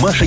Маша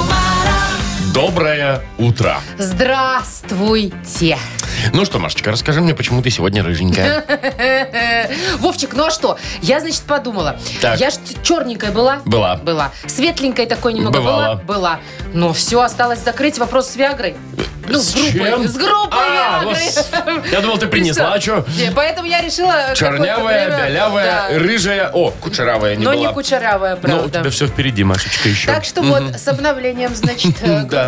Доброе утро. Здравствуйте. Ну что, Машечка, расскажи мне, почему ты сегодня рыженькая? Вовчик, ну а что? Я, значит, подумала. Так. Я ж черненькая была? Была. Была. Светленькой такой немного Бывала. была? Была. Но все, осталось закрыть вопрос с Виагрой. Ну, с, С группой. чем? С группой А, Виагры. вот с- я думал, ты принесла, И а чё? Не, Поэтому я решила... Чернявая, какое-то время- белявая, Да. рыжая. О, кучеравая не Но была. не кучерявая, Но у правда. тебя все впереди, Машечка, еще. Так что вот, с обновлением, значит, э, Да,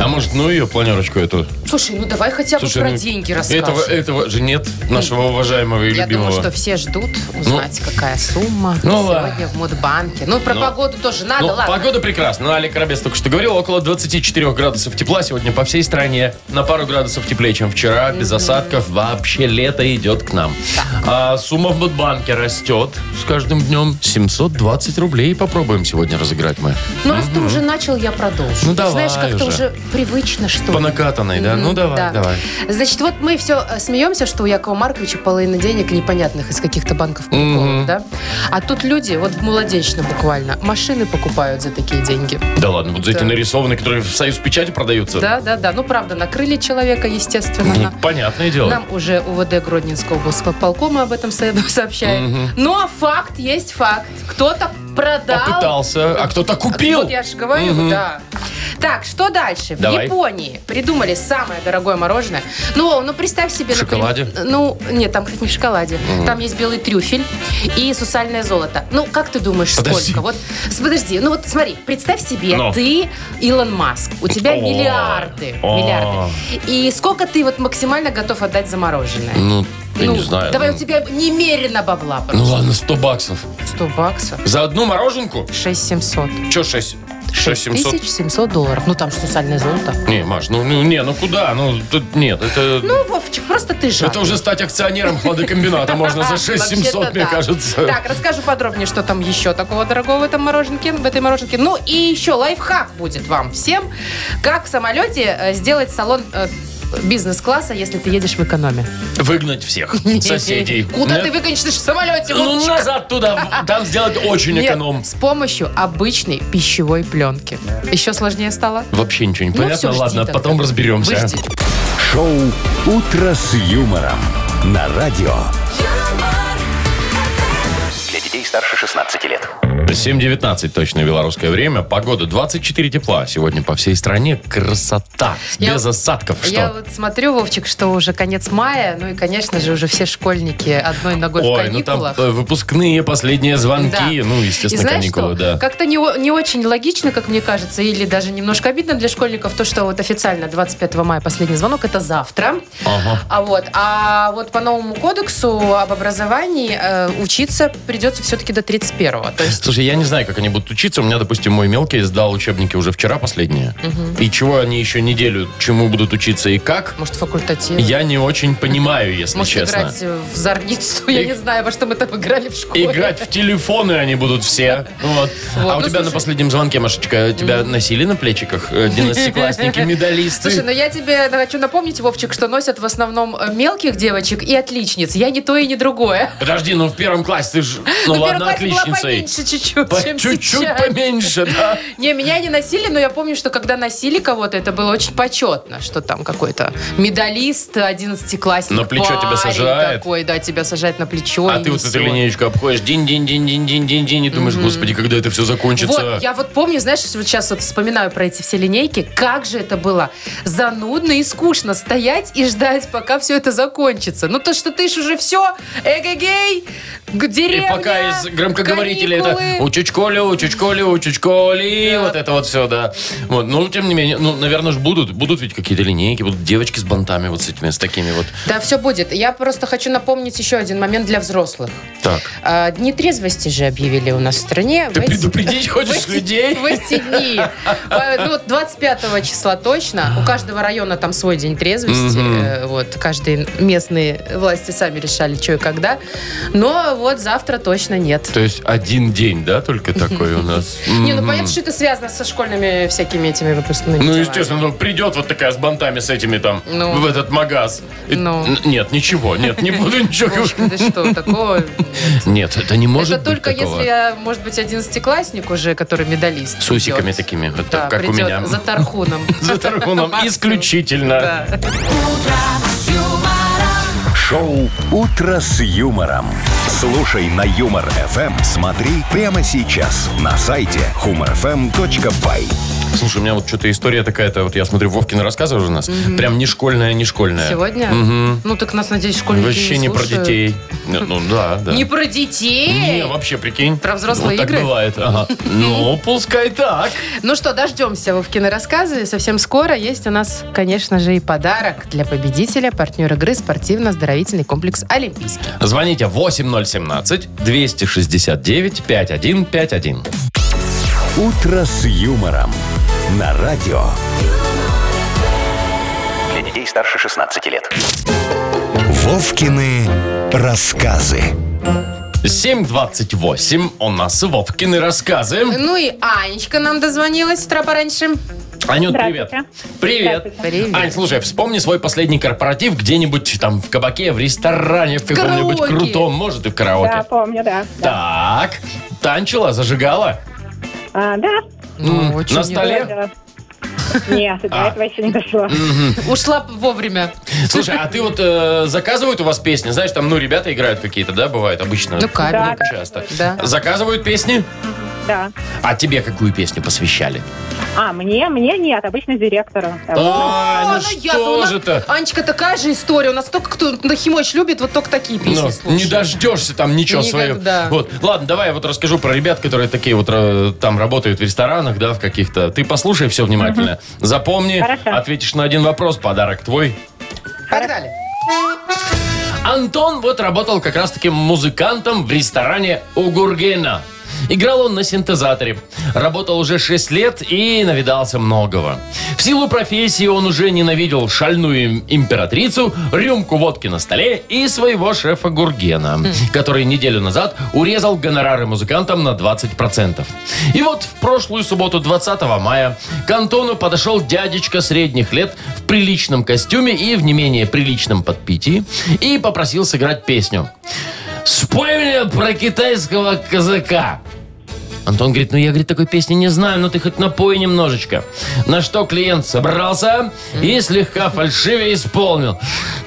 А может, ну ее планерочку эту? Слушай, ну давай хотя бы Слушай, про ну, деньги Этого, расскажем. этого же нет нашего уважаемого и Я любимого. думаю, что все ждут узнать, какая сумма Ну, сегодня в Мудбанке. Ну, про Ну. погоду тоже надо, Ну, ладно. погода прекрасна. Олег Рабец только что говорил, около 24 градусов тепла сегодня по всей стране. На пару градусов теплее, чем вчера, без осадков. Вообще лето идет к нам. А сумма в Мудбанке растет с каждым днем. 720 рублей попробуем сегодня разыграть мы. Ну, раз ты уже начал, я продолжу. Ну, Ты давай Знаешь, как-то уже. уже привычно, что По ли. накатанной, да? М, Ну, давай, да. давай. Значит, вот мы все смеемся, что у Якова Марковича половина денег непонятных из каких-то банков приколов, да? А тут люди, вот в младенчном буквально, машины покупают за такие деньги. Да ладно, вот за эти Да. нарисованные, которые в Союз Печати продаются. Да, да, да. Ну, правда, накрыли человека, естественно. Ну, на- понятное дело. Нам уже УВД Гродненского областного полкома об этом со- сообщает. Но факт есть факт. Кто-то продал. Попытался, а кто-то купил. Вот я же говорю, да. Так, что дальше? Давай. В Японии придумали самое дорогое мороженое. Ну, Вова, ну представь себе... В например, шоколаде? ну, нет, там, кстати, не в шоколаде. Там есть белый трюфель и сусальное золото. Ну, как ты думаешь, Подожди. сколько? Вот, с- подожди, ну вот смотри, представь себе, Ну. ты Илон Маск, у тебя О. миллиарды, О. миллиарды. И сколько ты вот максимально готов отдать за мороженое? Ну, я Ну, не знаю. Давай у тебя немерено бабла. Ну просто. ладно, 100 баксов. 100 баксов. За одну мороженку? 6700. Че 6? 6700? 6700 долларов. Ну, там же сусальное золото. Не, Маш, ну, ну, не, ну куда? Ну тут нет, это... Ну, Вовчик, просто ты же. это уже стать акционером хладокомбината можно за 6700, мне кажется. Так, расскажу подробнее, что там еще такого дорогого в этом мороженке, в этой мороженке. Ну и еще лайфхак будет вам всем. Как в самолете э, сделать салон э, бизнес-класса, если ты едешь в экономе. Выгнать всех соседей. Куда Нет? ты выгонишься в самолете? Ну Вовчик? назад туда, в- там сделать очень Нет, эконом. с помощью обычной пищевой пленки. Еще сложнее стало? Вообще ничего не Ну, понятно, всё, жди ладно, тогда. потом разберемся. Вы ждите. Шоу «Утро с юмором» на радио. Для детей старше 16 лет. 7.19 точно белорусское время. Погода 24 тепла. Сегодня по всей стране красота. Я- Без осадков. Что? Я вот смотрю, Вовчик, что уже конец мая, ну и, конечно же, уже все школьники одной ногой в Ой, ну там каникулах. э, выпускные, последние звонки. Да. Ну, естественно, И знаешь каникулы, что? да. Как-то не, о- не очень логично, как мне кажется, или даже немножко обидно для школьников, то, что вот официально 25 мая последний звонок, это завтра. Ага. А вот, а вот по новому кодексу об образовании э, учиться придется все-таки до 31-го. То есть Слушай, я не знаю, как они будут учиться. У меня, допустим, мой мелкий сдал учебники уже вчера последние. И чего они еще неделю, чему будут учиться и как, может, факультатив. я не очень понимаю, если может, честно. играть в зорницу. Я И- не знаю, во что мы там играли в школе. Играть в телефоны они будут все. Вот. Вот, а у ну, тебя на слушай. последнем звонке, Машечка, тебя носили на плечиках э, двенадцатиклассники, медалисты? Слушай, ну я тебе хочу напомнить, Вовчик, что носят в основном э, мелких девочек и отличниц. Я не то и не другое. Подожди, ну в первом классе ты же... Ну Ну, ладно, первый класс была отличницей. поменьше чуть-чуть, По- чем Чуть-чуть сейчас. поменьше, да. Не, меня не носили, но я помню, что когда носили кого-то, это было очень почетно, что там какой-то медалист, 11-классник. На плечо тебя парень сажает. Такой, да, тебя сажает на плечо. А и ты вот несет. эту линеечку обходишь, динь-динь-динь-динь-динь-динь, и думаешь, господи, когда это все закончится? Вот, я вот помню, знаешь, вот сейчас вот вспоминаю про эти все линейки, как же это было занудно и скучно стоять и ждать, пока все это закончится. Ну, то, что ты ж уже все, эгегей, К И деревне, пока из громкоговорителя это каникулы. учить коли, учить коли, учить коли, вот это вот все, да. Вот, ну, тем не менее, ну, наверное, же будут, будут ведь какие-то линейки, будут девочки с бантами вот с этими, с такими вот. Да, все будет. Я просто хочу напомнить еще один момент для взрослых. Так. А, Дни трезвости же объявили у нас в стране. Ты В эти- предупредить хочешь в эти- людей? В эти дни. Э, Ну, вот 25 числа точно. У каждого района там свой день трезвости. Э, Вот, каждые местные власти сами решали, что и когда. Но вот завтра точно нет. То есть один день, да, только такой у нас? Не, ну Мгм. понятно, что это связано со школьными всякими этими выпускными. Ну, делами. естественно, ну, придет вот такая с бантами, с этими там, Ну. в этот магаз. И- Ну. н- Нет, ничего, нет, не буду ничего говорить. Вовчик, ты что, такого... нет. Нет, это не может это быть только такого. если, я, может быть, одиннадцатиклассник уже, который медалист. С усиками придет. такими, вот Да, так, как у придет меня. За тархуном. За тархуном, Максимум. исключительно. Да. Шоу «Утро с юмором». Слушай на Юмор ФМ. Смотри прямо сейчас на сайте humorfm.by. Слушай, у меня вот что-то история такая-то, вот я смотрю, Вовкины рассказы уже у нас, прям не школьная, не школьная. Сегодня? Мгм. Ну, так нас, надеюсь, школьники Вообще не про слушают. детей. Не, Ну да, да. Не про детей? Не, вообще, прикинь. Про взрослые Вот игры? так бывает, ага. Ну, пускай так. Ну что, дождемся Вовкины рассказы. Совсем скоро есть у нас, конечно же, и подарок для победителя, партнер игры «Спортивно-оздоровительный комплекс Олимпийский». Звоните 8017-269-5151. «Утро с юмором» на радио. Для детей старше 16 лет. Вовкины рассказы. 7.28 у нас Вовкины рассказы. Ну и Анечка нам дозвонилась с утра пораньше. Анют, привет. Здравствуйте. Привет. Привет. Ань, слушай, вспомни свой последний корпоратив где-нибудь там в кабаке, в ресторане, в каком-нибудь караоке. крутом, может, и в караоке. Да, помню, да. Да. Так, танчила, зажигала? А, да. Ну, М, очень на столе? да. Нет, до А. этого еще не дошло. Ну, Ушла б вовремя. Слушай, а ты вот э, заказывают у вас песни? Знаешь, там, ну, ребята играют какие-то, да, бывает обычно? Ну, кавер. Да. Часто. Да. Заказывают песни? Да. А тебе какую песню посвящали? А, мне, мне нет, обычно директору. Там. Ай, О, ну ну ясно, у что нас- же-то? Анечка, такая же история. У нас только кто нахимочь любит, вот только такие песни Ну, слушают. не дождешься там ничего Никогда. своего. Вот. Ладно, давай я вот расскажу про ребят, которые такие вот э, там работают в ресторанах, да, в каких-то. Ты послушай все внимательно. Запомни, Хорошо. ответишь на один вопрос, подарок твой. Погнали. Антон вот работал как раз таки музыкантом в ресторане у Гургена. Играл он на синтезаторе. Работал уже 6 лет и навидался многого. В силу профессии он уже ненавидел шальную им- императрицу, рюмку водки на столе и своего шефа Гургена, который неделю назад урезал гонорары музыкантам на 20%. И вот в прошлую субботу 20 мая к Антону подошел дядечка средних лет в приличном костюме и в не менее приличном подпитии и попросил сыграть песню. «Спой мне про китайского казака!» Антон говорит, ну я, говорит, такой песни не знаю, но ты хоть напой немножечко. На что клиент собрался и слегка фальшиве исполнил.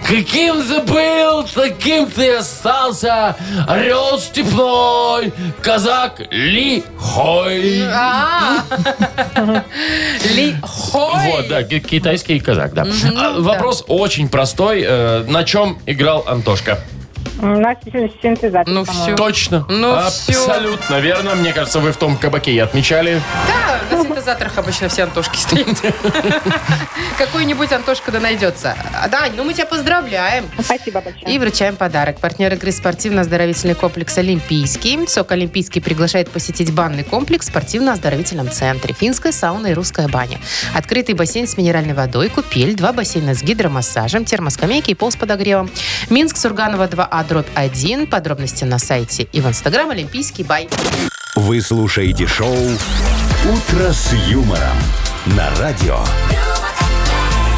Каким ты был, таким ты и остался, орел степной, казак лихой. А. Лихой. Вот, да, ки- китайский казак, да. А, Вопрос очень простой. э, На чем играл Антошка? ну, У нас син- синтезатор. Ну по-моему. все. Точно. Ну, Абсолютно верно. Мне кажется, вы в том кабаке и отмечали. Да, на синтезаторах обычно все Антошки стоят. Какой-нибудь Антошка да найдется. А, Дань, ну мы тебя поздравляем. Спасибо большое. И вручаем подарок. Партнер игры «Спортивно-оздоровительный комплекс Олимпийский». «Сок Олимпийский» приглашает посетить банный комплекс в спортивно-оздоровительном центре. Финская сауна и русская баня. Открытый бассейн с минеральной водой, купель, два бассейна с гидромассажем, термоскамейки и пол с подогревом. Минск, Сурганова 2А, дробь 1. Подробности на сайте и в инстаграм «Олимпийский бай». Вы слушаете шоу «Утро с юмором» на радио.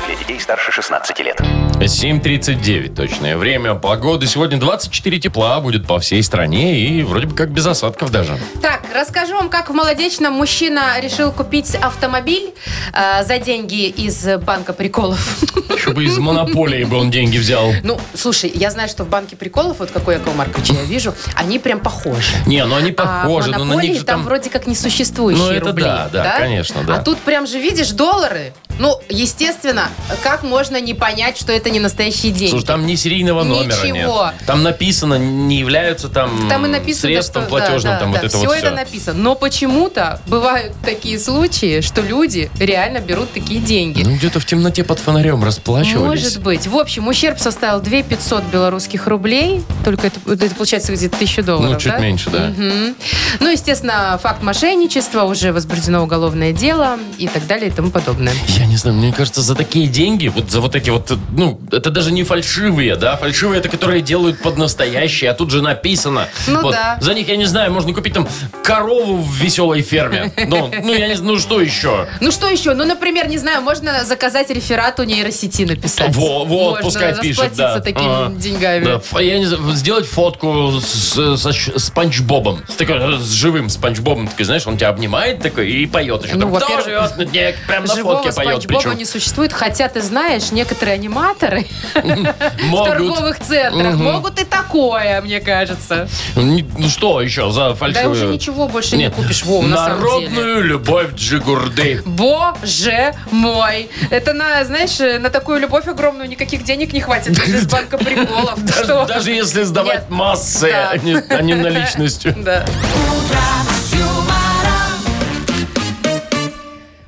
Для детей старше 16 лет. 7.39 точное время погоды. Сегодня 24 тепла будет по всей стране и вроде бы как без осадков даже. Так, расскажу вам, как в Молодечном мужчина решил купить автомобиль э, за деньги из банка приколов. Еще бы из монополии бы он деньги взял. Ну, слушай, я знаю, что в банке приколов, вот какой Якова Марковича я вижу, они прям похожи. Не, ну они А похожи, в но на «Монополии» них же там там... вроде как несуществующие Ну, это рубли. да, да, конечно, да. А тут прям же видишь доллары. Ну, естественно, как можно не понять, что это не настоящие деньги? Слушай, там ни серийного номера Ничего. нет. Там написано, не являются там, Там и написано, средством что- да, платежным, да, там да, вот это все вот это все. написано. Но почему-то бывают такие случаи, что люди реально берут такие деньги. Ну, где-то в темноте под фонарем расплачивались. Может быть. В общем, ущерб составил 2 500 белорусских рублей. Только это, вот это получается где-то 1000 долларов, ну, чуть да? меньше, да. Мгм. Ну, естественно, факт мошенничества, уже возбуждено уголовное дело и так далее и тому подобное. Я не знаю, мне кажется, за такие деньги, вот за вот эти вот, ну, это даже не фальшивые, да, фальшивые это которые делают под настоящие, а тут же написано. Ну Вот. да. За них, я не знаю, можно купить там корову в веселой ферме. Ну, ну, я не знаю, ну что еще? Ну что еще? Ну, например, не знаю, можно заказать реферат у нейросети написать. Во, вот, можно пускай пишет, да. расплатиться такими Ага. деньгами. Да, ф- я не знаю, сделать фотку с, со щ- с Спанч Бобом. С, такой, э, с живым Спанч Бобом. Такой, знаешь, он тебя обнимает такой и поет еще. Ну, там, Кто во-первых, живет на дне?» Прям на Живого фотке поет. Спанч Боба причем. не существует, хотя ты знаешь, некоторые аниматоры в Могут. торговых центрах Мгм. могут и такое, мне кажется. Не- Ну что еще за Да фальшивую? уже ничего больше не Нет. купишь, Вов, на самом деле. Народную любовь Джигурды. Боже мой! Это на, знаешь, на такую любовь огромную никаких денег не хватит. Даже из банка приколов. Ты Даже, что? даже если сдавать Нет. массы, Да. а не, а не наличностью. Да.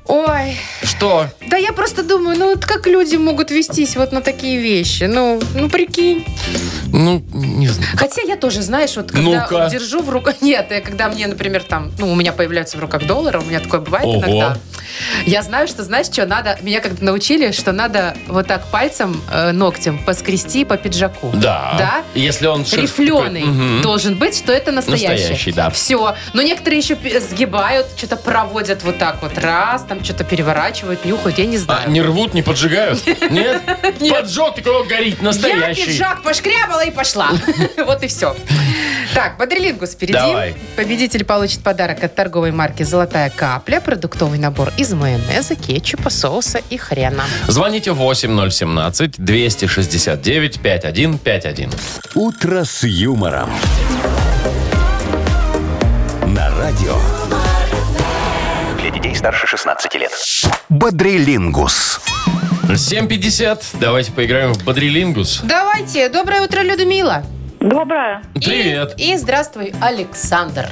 Ой, Что? да я просто думаю, ну вот как люди могут вестись вот на такие вещи? Ну, ну прикинь. Ну, не знаю. Хотя я тоже, знаешь, вот когда Ну-ка. держу в руках... Нет, я когда мне, например, там, ну, у меня появляются в руках доллары, у меня такое бывает Ого. иногда. Я знаю, что, знаешь, что надо... Меня как-то научили, что надо вот так пальцем, э, ногтем поскрести по пиджаку. Да. Да? Если он... шерсть Рифленый такой, мгм. должен быть, что это настоящий. Настоящий, да. Все. Но некоторые еще пи- сгибают, что-то проводят вот так вот раз, там что-то переворачивают, нюхают, я не знаю. А, не рвут, не поджигают? Нет? Поджег, такого горит, Я настоящий. пиджак пошкрябала и пошла. Вот и все. Так, Бодрилингус впереди. Давай. Победитель получит подарок от торговой марки «Золотая капля», продуктовый набор из майонеза, кетчупа, соуса и хрена. Звоните 8017-269-5151. «Утро с юмором». На радио Для детей старше 16 лет. «Бодрилингус». 7.50. Давайте поиграем в Бодрилингус. Давайте. Доброе утро, Людмила. Доброе. Привет. И здравствуй, Александр.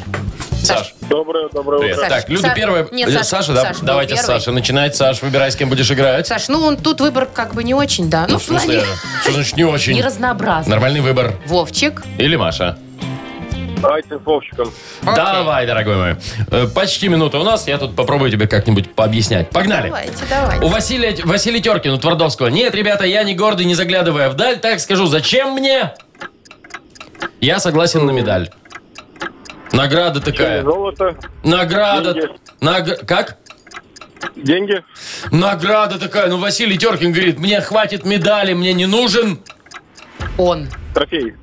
Саш, Доброе, доброе привет. Саш, так, Люда Саш. первая. Нет, Э, Саша, Саша, да, Саша был давайте первый. Саша. Начинает, Саш, выбирай, с кем будешь играть. Саш, ну он тут выбор как бы не очень, да. Ну, Ну, в в плане смысле, что значит не очень? не разнообразно. Нормальный выбор. Вовчик. Или Маша? Давайте с Вовчиком. Давай, дорогой мой. Э, Почти минута у нас. Я тут попробую тебе как-нибудь пообъяснять. Погнали. Давайте, давайте. У Василия, Василия Теркина, Твардовского. Нет, ребята, я не гордый, не заглядывая вдаль. Так скажу, зачем мне? Я согласен на медаль. Награда такая. Э, Золото, Награда. Деньги. Нагр- Как? деньги, Награда такая. Ну, Василий Теркин говорит, мне хватит медали, мне не нужен. Он. трофей.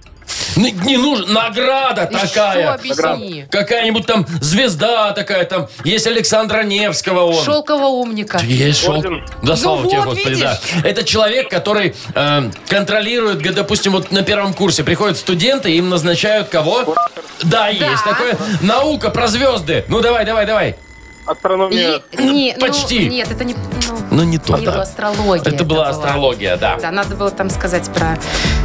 Не, не нужен. Награда И такая. что, объясни? Какая-нибудь там звезда такая, там есть Александра Невского он. Шелкового умника. Есть шел. Орден. Да, слава тебе, вот, Господи, видишь? да. Это человек, который э, контролирует, г- допустим, вот на первом курсе приходят студенты, им назначают кого? Да, есть такое. Наука про звезды. Ну, давай, давай, давай. Астрономия. Е- не, ну, Почти. нет, это не... ну, Ну, не то, не да. астрология. Это была астрология. астрология, да. Да, надо было там сказать про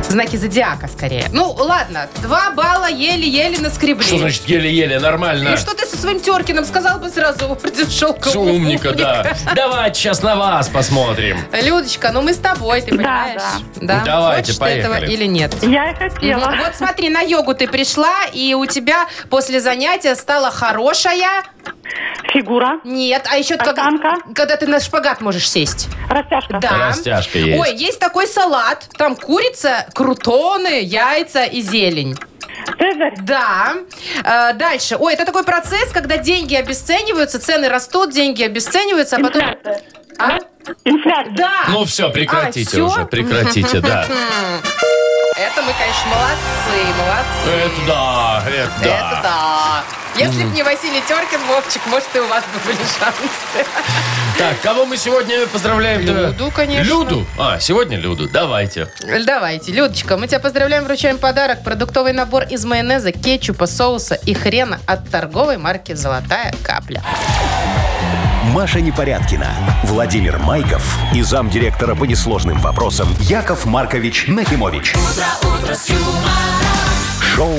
знаки зодиака скорее. Ну, ладно, два балла еле-еле наскребли. Что значит еле-еле, нормально? Ну что ты со своим Теркиным сказал бы сразу орден Всё, шелкового умника, да. Давайте сейчас на вас посмотрим. Людочка, ну мы с тобой, ты понимаешь? Да. Ну, Давайте, Хочешь ты этого поехали. или нет? Я и Мгм. хотела. Ну, Вот смотри, на йогу ты пришла, и у тебя после занятия стала хорошая. Фигура, Нет, а еще как- Катанка. когда ты на шпагат можешь сесть. растяжка. Да. Растяжка есть. Ой, есть такой салат. Там курица, крутоны, яйца и зелень. Цезарь. Да. Э, дальше. Ой, это такой процесс, когда деньги обесцениваются, цены растут, деньги обесцениваются, а потом... Инфляция. А? Инфляция. Да. Ну все, прекратите А, всё? уже, прекратите, да. Это мы, конечно, молодцы, молодцы. Это да, это да. Это да. Если бы не Василий Теркин, Вовчик, может, и у вас бы были шансы. Так, кого мы сегодня поздравляем? Люду, конечно. Люду? А, сегодня Люду, давайте. Давайте, Людочка, мы тебя поздравляем, вручаем подарок. Продуктовый набор из майонеза, кетчупа, соуса и хрена от торговой марки «Золотая капля». Маша Непорядкина, Владимир Майков и замдиректора по несложным вопросам Яков Маркович Нахимович. Шоу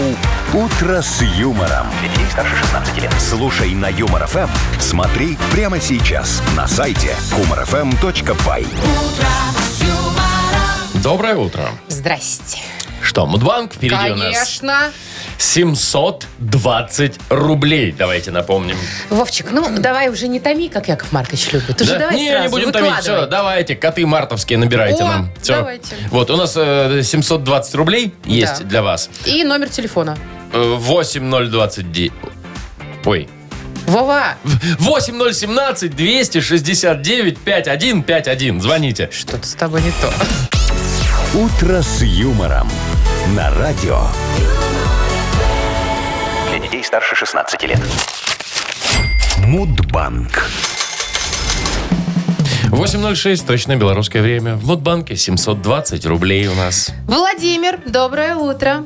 Утро с юмором. Детей старше 16 лет. Слушай на Юмор ФМ. Смотри прямо сейчас на сайте humorfm.by. Доброе утро. Здрасте. Что, Мудбанк впереди у нас Конечно. 720 рублей. Давайте напомним. Вовчик, ну давай уже не томи, как Яков Маркович любит. Уже Да? давай не, сразу не будем томить. выкладывай. Все, давайте, коты мартовские набирайте О, нам. Всё. давайте. Вот, у нас э, 720 рублей есть Да. для вас. И номер телефона. Э, 8029... Ой. Вова, 8017 269 5151. Звоните. что-то с тобой не то. Утро с юмором. На радио. Для детей старше 16 лет. Мудбанк. 8.06, точное белорусское время. В Мудбанке 720 рублей у нас. Владимир, доброе утро.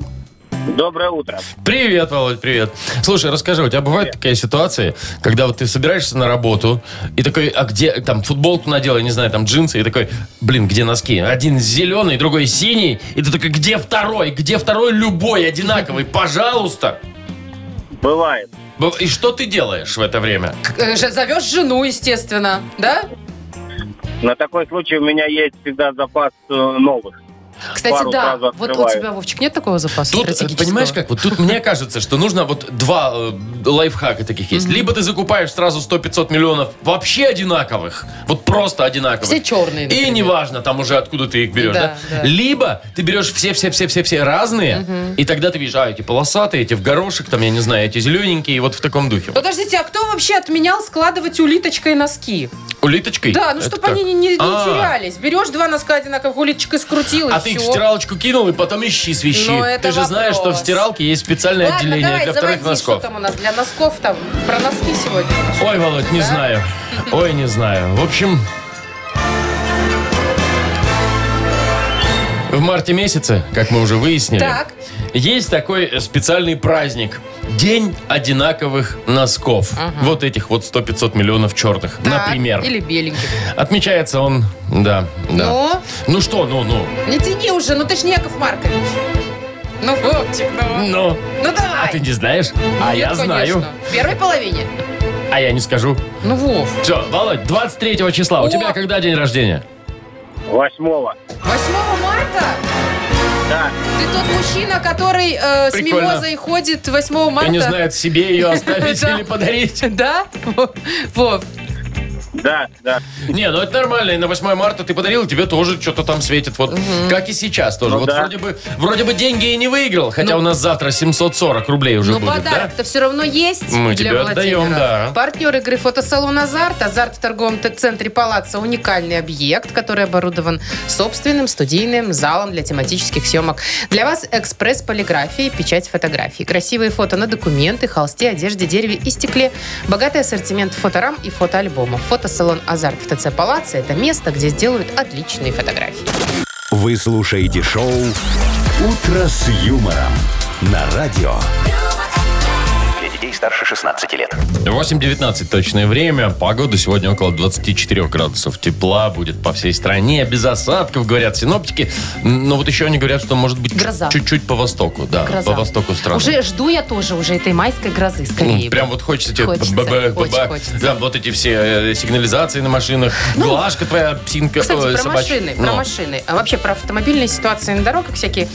Доброе утро. Привет, Володь, привет. Слушай, расскажи, у тебя бывают такие ситуации, когда вот ты собираешься на работу и такой, а где, там, футболку надел, я не знаю, там, джинсы, и такой, блин, где носки? Один зеленый, другой синий, и ты такой, где второй? Где второй любой, одинаковый, пожалуйста? Бывает. Б- И что ты делаешь в это время? К- э, же- Зовешь жену, естественно, да? На такой случай у меня есть всегда запас э, новых. Кстати, Пару да. сразу Вот у открываю. тебя, Вовчик, нет такого запаса Тут, э, стратегического? понимаешь как, вот тут мне кажется, что нужно вот два э, лайфхака таких есть. Либо ты закупаешь сразу 100-500 миллионов вообще одинаковых, вот просто одинаковых. Все черные, И например. неважно там уже откуда ты их берешь, да? Да, да. Либо ты берешь все-все-все-все-все разные, и тогда ты видишь, а, эти полосатые, эти в горошек, там, я не знаю, эти зелененькие, и вот в таком духе. Подождите, а кто вообще отменял складывать улиточкой носки? Улиточкой? Да, ну Это чтобы как? они не, не- не А. терялись. Берешь два носка одинаковых, улиточкой скрутил, и А ты их в всё. стиралочку кинул и потом ищи свищи. Ну, это ты же знаешь, что в вопрос. стиралке есть специальное Ладно, отделение давай, для вторых заводи, носков. что там у нас для носков там. Про носки сегодня. Ой, Володь, не Да? знаю. Ой, не знаю. В общем, в марте месяце, как мы уже выяснили, Так. есть такой э, специальный праздник. День одинаковых носков. Вот этих вот 100-500 миллионов черных, Так, например. Или беленьких. Отмечается он, да, да. Ну? ну что, ну, ну, Не тяни уже, ну ты ж не Яков Маркович. Ну, Вовчик, ну. ну. Ну давай. А ты не знаешь? А Нет, я знаю. конечно. В первой половине. А я не скажу. Ну, Вов, Все, Володь, 23 числа. У О! тебя когда день рождения? Восьмого. 8 марта? Да. Ты тот мужчина, который э, с Прикольно. мимозой ходит 8 марта? Я не знает, себе ее оставить Да. или подарить. Да? Вов, Да, да. Не, ну это нормально. И на 8 марта ты подарил, тебе тоже что-то там светит. Вот как и сейчас тоже. Ну вот да. вроде бы вроде бы деньги и не выиграл, хотя Ну. у нас завтра 740 рублей уже но будет, да? подарок-то все равно есть Мы для тебе Владимира. отдаем, да. Партнер игры «Фотосалон Азарт». «Азарт» в торговом т- центре «Палаца» – уникальный объект, который оборудован собственным студийным залом для тематических съемок. Для вас экспресс полиграфии, печать фотографий. Красивые фото на документы, холсте, одежде, дереве и стекле. Богатый ассортимент фоторам и фотоальбомов. Фотосалон «Азарт» в ТЦ «Палаца» – это место, где сделают отличные фотографии. Вы слушаете шоу Утро с юмором. На радио. Для детей старше 16 лет. 8.19 точное время. Погода сегодня около 24 градусов тепла будет по всей стране. Без осадков, говорят синоптики. Но вот еще они говорят, что может быть чуть- Гроза. чуть-чуть по востоку. Да, по Гроза. востоку страны. Уже жду я тоже уже этой майской грозы Ну, скорее. прям вот хочется тебе Хочется, бабах, очень бабах. хочется. Ну, Да, вот эти все э, сигнализации на машинах, глажка твоя, псинка, Кстати, э, про собачья. машины, про Ну. машины. А вообще про автомобильные ситуации на дорогах всякие.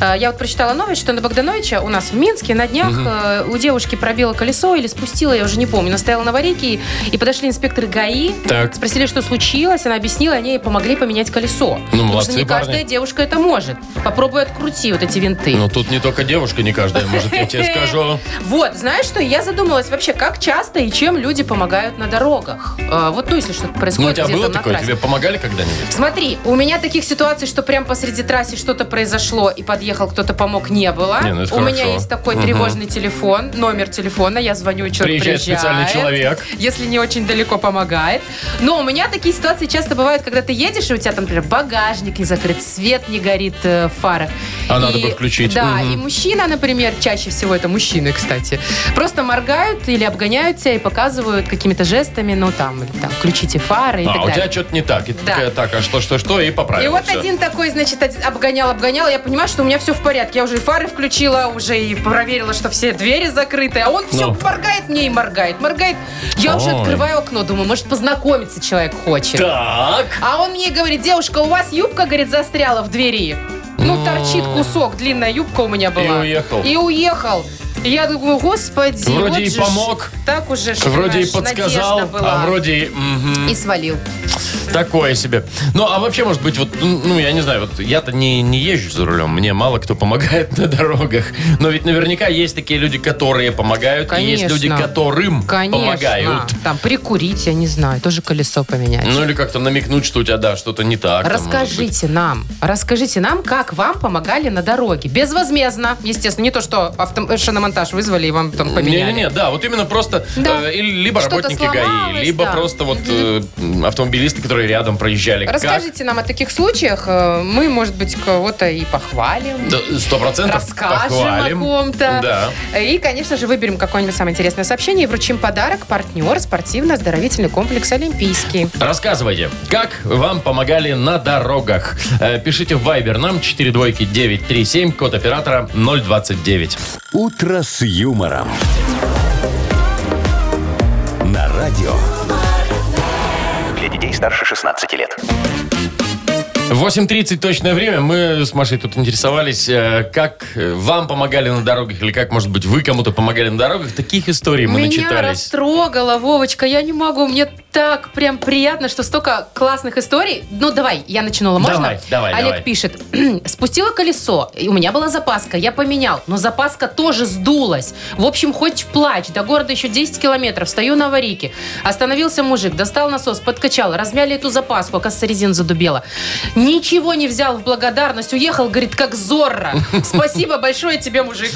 А, Я вот прочитала новость, что на Богдановича у нас в Минске на днях э, у девушки пробило колесо или спустило, я уже не помню, она стояла на аварийке, и, и подошли инспекторы ГАИ, Так. спросили, что случилось, она объяснила, и они ей помогли поменять колесо. Ну, Потому молодцы что не парни. каждая девушка это может. Попробуй открути вот эти винты. Ну, тут не только девушка, не каждая, может, я тебе скажу. Вот, знаешь что, я задумалась вообще, как часто и чем люди помогают на дорогах. А, Вот, ну, если что-то Ну, у происходит тебя где-то было на такое? трассе. Тебе помогали когда-нибудь? Смотри, у меня таких ситуаций, что прям посреди трассы что-то произошло и подъехал кто-то помог, не было. Не, ну это у хорошо. меня есть такой Мгм. тревожный телефон, номер телефона, я звоню, человек Приезжает приезжает. специальный человек. Если не очень далеко, помогает. Но у меня такие ситуации часто бывают, когда ты едешь, и у тебя там, например, багажник не закрыт, свет не горит э, в фарах. А И- надо бы включить. Да, Мгм. и мужчина, например, чаще всего это мужчины, кстати, просто моргают или обгоняют тебя и показывают какими-то жестами, ну там, или там, включите фары и А, так у далее. тебя что-то не так. И ты Да. такая, так, а что, что, что, и поправил. И вот Всё. один такой, значит, один обгонял, обгонял. Я понимаю, что у меня все в порядке. Я уже и фары включила, уже и проверила, что все двери закрыты. А он все Ну. моргает мне и моргает, моргает. Я уже Ой. открываю окно, думаю, может, познакомиться человек хочет. Так. А он мне говорит, девушка, у вас юбка, говорит, застряла в двери. Ну, торчит кусок, длинная юбка у меня была. уехал. И уехал. И я думаю, господи, Вроде вот и же ж помог. Так уже, ж, Вроде и понимаешь, подсказал, надежда была. а вроде и, мгм, И свалил. такое себе. Ну, а вообще, может быть, вот, ну, я не знаю, вот я-то не, не езжу за рулем, мне мало кто помогает на дорогах. Но ведь наверняка есть такие люди, которые помогают, и есть Конечно. люди, которым Конечно. помогают. Там прикурить, я не знаю, тоже колесо поменять. Ну, или как-то намекнуть, что у тебя, да, что-то не так. там, может быть. Расскажите нам, расскажите нам, как вам помогали на дороге. Безвозмездно, естественно, не то, что авто- шиномонтаж вызвали и вам там поменяли. Не-не-не, да, вот именно просто Да. э, или либо Что-то работники ГАИ, сломалось, либо да. просто вот э, автомобилисты, которые рядом проезжали. Как? Расскажите нам о таких случаях. э, Мы, может быть, кого-то и похвалим. Да, Сто процентов Расскажем похвалим. о ком-то. Да. И, конечно же, выберем какое-нибудь самое интересное сообщение и вручим подарок партнер спортивно-оздоровительный комплекс «Олимпийский». Рассказывайте, как вам помогали на дорогах? Э, Пишите в Viber нам 42937, код оператора 029. «Утро с юмором». На радио. Для детей старше 16 лет. 8.30 точное время. Мы с Машей тут интересовались, э, как э, вам помогали на дорогах, или как, может быть, вы кому-то помогали на дорогах. Таких историй мы Меня начитались. растрогала, Вовочка, я не могу, мне так прям приятно, что столько классных историй. Ну, давай, я начинала, можно? Давай, давай, Олег давай. пишет, спустила колесо, и у меня была запаска, я поменял, но запаска тоже сдулась. В общем, хоть в плач, до города еще 10 километров, стою на аварийке. Остановился мужик, достал насос, подкачал, размяли эту запаску, оказывается, резина задубела. Ничего не взял в благодарность, уехал, говорит, как Зорро. Спасибо большое тебе, мужик.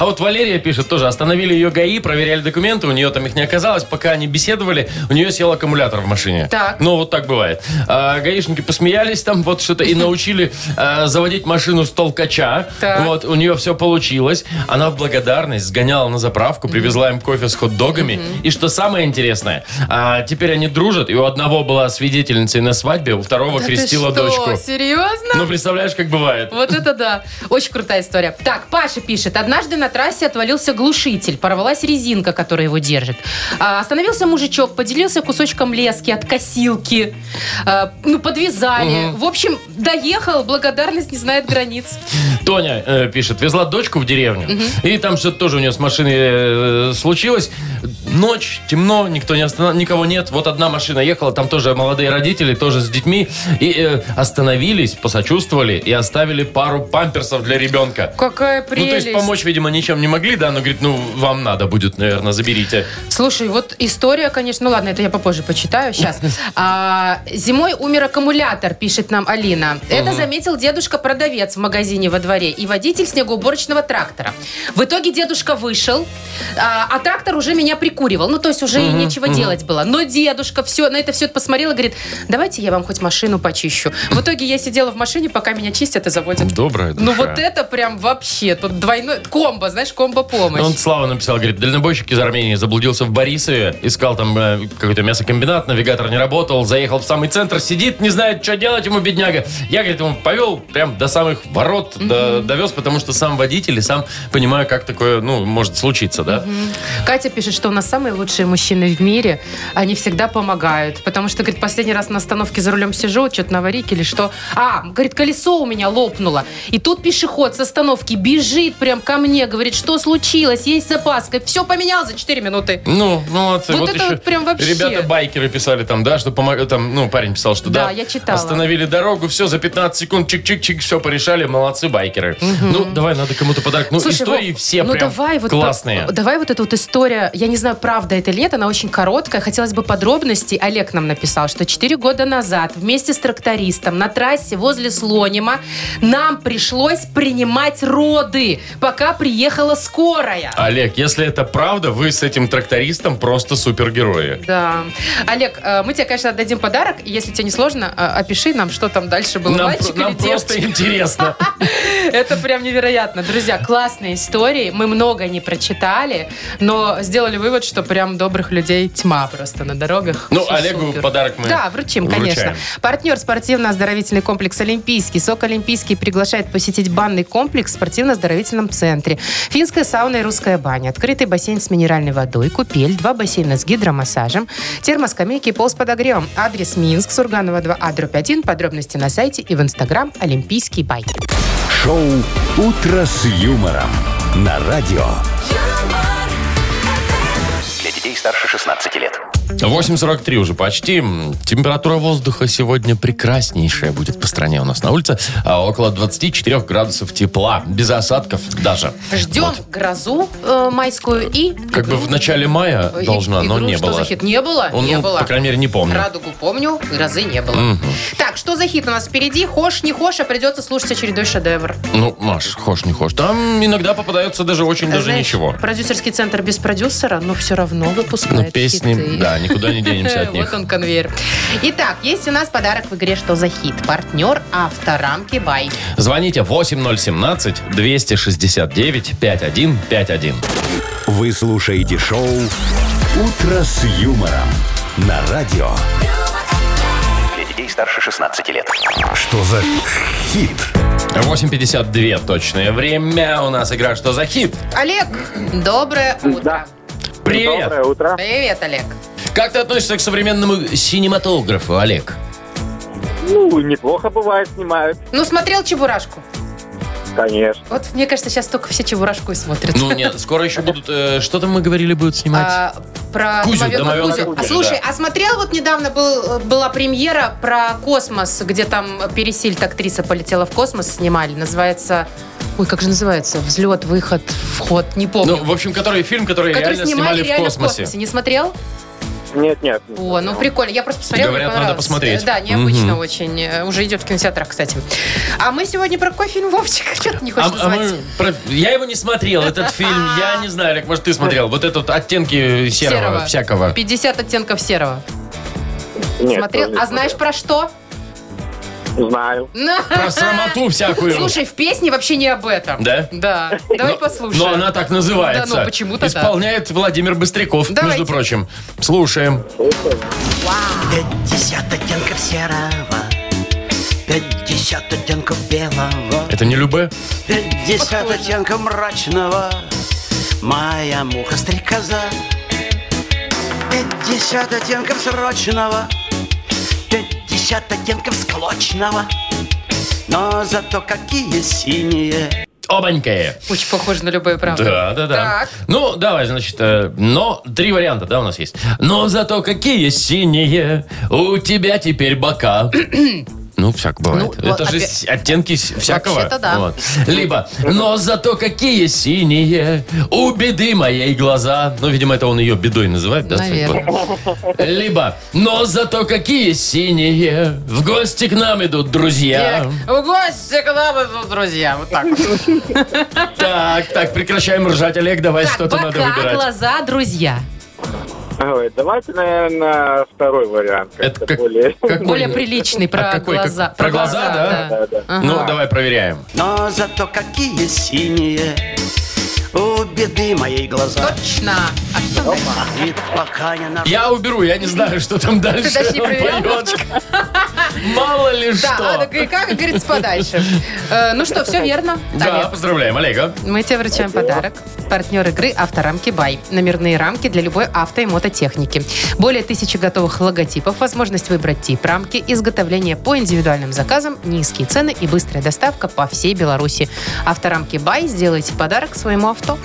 А вот Валерия пишет тоже. Остановили ее ГАИ, проверяли документы. У нее там их не оказалось. Пока они беседовали, у нее сел аккумулятор в машине. Так. Ну, вот так бывает. А, гаишники посмеялись там вот что-то и научили э, заводить машину с толкача. Так. Вот, у нее все получилось. Она в благодарность сгоняла на заправку, привезла им кофе с хот-догами. И что самое интересное, а, теперь они дружат. И у одного была свидетельницей на свадьбе, у второго Да ты крестила что, дочку. серьезно? Ну, представляешь, как бывает. Вот это да. Очень крутая история. Так, Паша пишет. Однажды на трассе отвалился глушитель. Порвалась резинка, которая его держит. А, остановился мужичок, поделился кусочком лески от косилки. А, ну, подвязали. В общем, доехал. Благодарность не знает границ. Тоня э, пишет, везла дочку в деревню, и там что-то тоже у нее с машиной э, случилось. Ночь, темно, никто не останов... никого нет. Вот одна машина ехала, там тоже молодые родители, тоже с детьми, и э, остановились, посочувствовали и оставили пару памперсов для ребенка. Какая Ну, то есть помочь, видимо, ничем не могли, да, но говорит, ну, вам надо будет, наверное, заберите. Слушай, вот история, конечно, ну ладно, это я попозже почитаю сейчас. А, зимой умер аккумулятор, пишет нам Алина. Это заметил дедушка-продавец в магазине во дворе и водитель снегоуборочного трактора. В итоге дедушка вышел, а, а трактор уже меня прикуривал. Ну, то есть уже и нечего делать было. Но дедушка все, на это все посмотрел и говорит, давайте я вам хоть машину почищу. В итоге я сидела в машине, пока меня чистят и заводят. Доброе. Ну вот это прям вообще, тут двойной комбо, знаешь, комбо-помощь. Ну, Он Слава написал, говорит, дальнобойщик из Армении заблудился в Борисове, искал там э, какой-то мясокомбинат, навигатор не работал, заехал в самый центр, сидит, не знает, что делать ему, бедняга. Я, говорит, ему повел прям до самых ворот, до- довез, потому что сам водитель и сам понимаю, как такое, ну, может случиться, да? Катя пишет, что у нас самые лучшие мужчины в мире. Они всегда помогают. Потому что, говорит, последний раз на остановке за рулем сижу, что-то на аварийке или что. А, говорит, колесо у меня лопнуло. И тут пешеход с остановки бежит прям ко мне, говорит, что случилось, есть запаска. Все поменял за 4 минуты. Ну, молодцы. Вот это еще вот прям вообще. Ребята-байкеры писали там, да, что помогают, там, ну, парень писал, что да. Да, я читала. Остановили дорогу, все, за 15 секунд, чик-чик-чик, все порешали, молодцы байкеры. Ну, давай, надо кому-то подарок. Ну, Слушай, истории Вов, все ну прям давай вот классные. по- давай вот эта вот история, я не знаю, правда это лет, она очень короткая. Хотелось бы подробностей. Олег нам написал, что 4 года назад вместе с трактористом на трассе возле Слонима нам пришлось принимать роды, пока приехала скорая. Олег, если это правда, вы с этим трактористом просто супергерои. Да. Олег, э, мы тебе, конечно, отдадим подарок. Если тебе не сложно, э, опиши нам, что там дальше было, Нам, мальчик нам или девочка. просто интересно. Это прям невероятно. Друзья, классные истории. Мы много не прочитали, но сделали вывод, что прям добрых людей тьма просто на дорогах. Ну, Вообще Олегу супер. подарок мы Да, вручим, конечно. вручаем. Партнер спортивно-оздоровительный комплекс «Олимпийский». СОК «Олимпийский» приглашает посетить банный комплекс в спортивно-оздоровительном центре. Финская сауна и русская баня. Открытый бассейн с минеральной водой, купель, два бассейна с гидромассажем, термоскамейки и пол с подогревом. Адрес Минск, Сурганова 2, А, дробь 1. Подробности на сайте и в Инстаграм «Олимпийский бай». Шоу «Утро с юмором» на радио. Для детей старше 16 лет. 8.43 уже почти. М, Температура воздуха сегодня прекраснейшая будет по стране у нас на улице. А около 24 градусов тепла. Без осадков даже. Ждем грозу э, майскую и... Как бы в начале мая и- должна, и но игру не «Что было. за хит? Не было? Он, не ну, было. по крайней мере, не помню. Радугу помню, грозы не было. Так, что за хит у нас впереди? Хош, не хош, а придется слушать очередной шедевр. Ну, Маш, хошь не хошь. Там иногда попадаются даже очень даже Знаешь, ничего. Продюсерский центр без продюсера, но все равно выпускает Ну, песни, хиты. да, никуда не денемся от них. Вот он конвейер. Итак, есть у нас подарок в игре «Что за хит?» Партнер авторамки «Бай». Звоните 8017-269-5151. Вы слушаете шоу «Утро с юмором» на радио. Для детей старше 16 лет. Что за хит? 8.52 точное время. У нас игра «Что за хит?» Олег, доброе утро. Да. Привет! Доброе утро. Привет, Олег. Как ты относишься к современному синематографу, Олег? Ну, неплохо бывает, снимают. Ну, смотрел «Чебурашку»? Конечно. Вот, мне кажется, сейчас только все «Чебурашку» и смотрят. Ну нет, скоро еще будут... э, что там мы говорили, будут снимать? А, про Кузю, домовенка домовенка Кузю. Кузю, А слушай, да. а смотрел вот недавно был, была премьера про космос, где там Пересильд, актриса, полетела в космос, снимали. Называется... Ой, как же называется? Взлет, выход, вход, не помню. Ну, в общем, который фильм, который, А, Который реально снимали снимали в реально космосе. Не смотрел? Нет, нет. О, ну прикольно. Я просто посмотрела, мне Говорят, надо понравилось. посмотреть. Да, необычно Мгм. очень. Э, Уже идет в кинотеатрах, кстати. А мы сегодня про какой фильм, Вовчик? Что ты не А- хочешь а называть? мы про- Я его не смотрел, этот фильм. Я не знаю, Олег, может, ты смотрел. Вот этот оттенки серого, Серого. всякого. 50 оттенков серого. Нет, смотрел? тоже не А знаешь про что? смотрел. Знаю. Про срамоту всякую. Слушай, в песне вообще не об этом. Да? Да. Давай Но- послушаем. Но она так называется. Да, ну почему-то да. Исполняет Владимир Быстряков, Давайте. между прочим. Слушаем. Пятьдесят оттенков серого Пятьдесят оттенков белого Это не Любе? Пятьдесят оттенков мрачного Моя муха-стрекоза Пятьдесят оттенков срочного Пятьдесят оттенков склочного Но зато какие синие Обанькая. Очень похожа на любые правда. Да, да, да. Так. Ну, давай, значит, э, но три варианта, да, у нас есть. Но зато какие синие у тебя теперь бока. Ну, всяк бывает. Ну, Это вот же опя- с- оттенки с- всякого. Вообще-то да. Вот. Либо, но зато какие синие у беды моей глаза. Ну, видимо, это он ее бедой называет, да? Наверное. Вот. Либо, но зато какие синие в гости к нам идут друзья. В гости к нам идут друзья. Вот так. вот. Так, так, прекращаем ржать, Олег, давай Так, что-то надо выбирать. глаза, друзья. Ой, давайте, наверное, второй вариант. Это Это как- более... Какой? Более приличный про А какой? Как- глаза. про глаза, да? Да, да. Ага. Ну, давай проверяем. Но зато какие синие У беды моей глаза Точно. А что Ну, дальше? И пока не наш Я уберу, я не знаю, что там дальше. даже не проверял? поет. Мало ли Да, ладно, что. г- как говорится, подальше. Э, Ну что, все верно. Да, Олег, поздравляем, Олега. Мы тебе вручаем подарок. Партнер игры «Авторамки Бай». Номерные рамки для любой авто и мототехники. Более тысячи готовых логотипов, возможность выбрать тип рамки, изготовление по индивидуальным заказам, низкие цены и быстрая доставка по всей Беларуси. «Авторамки Бай» сделайте подарок своему авто.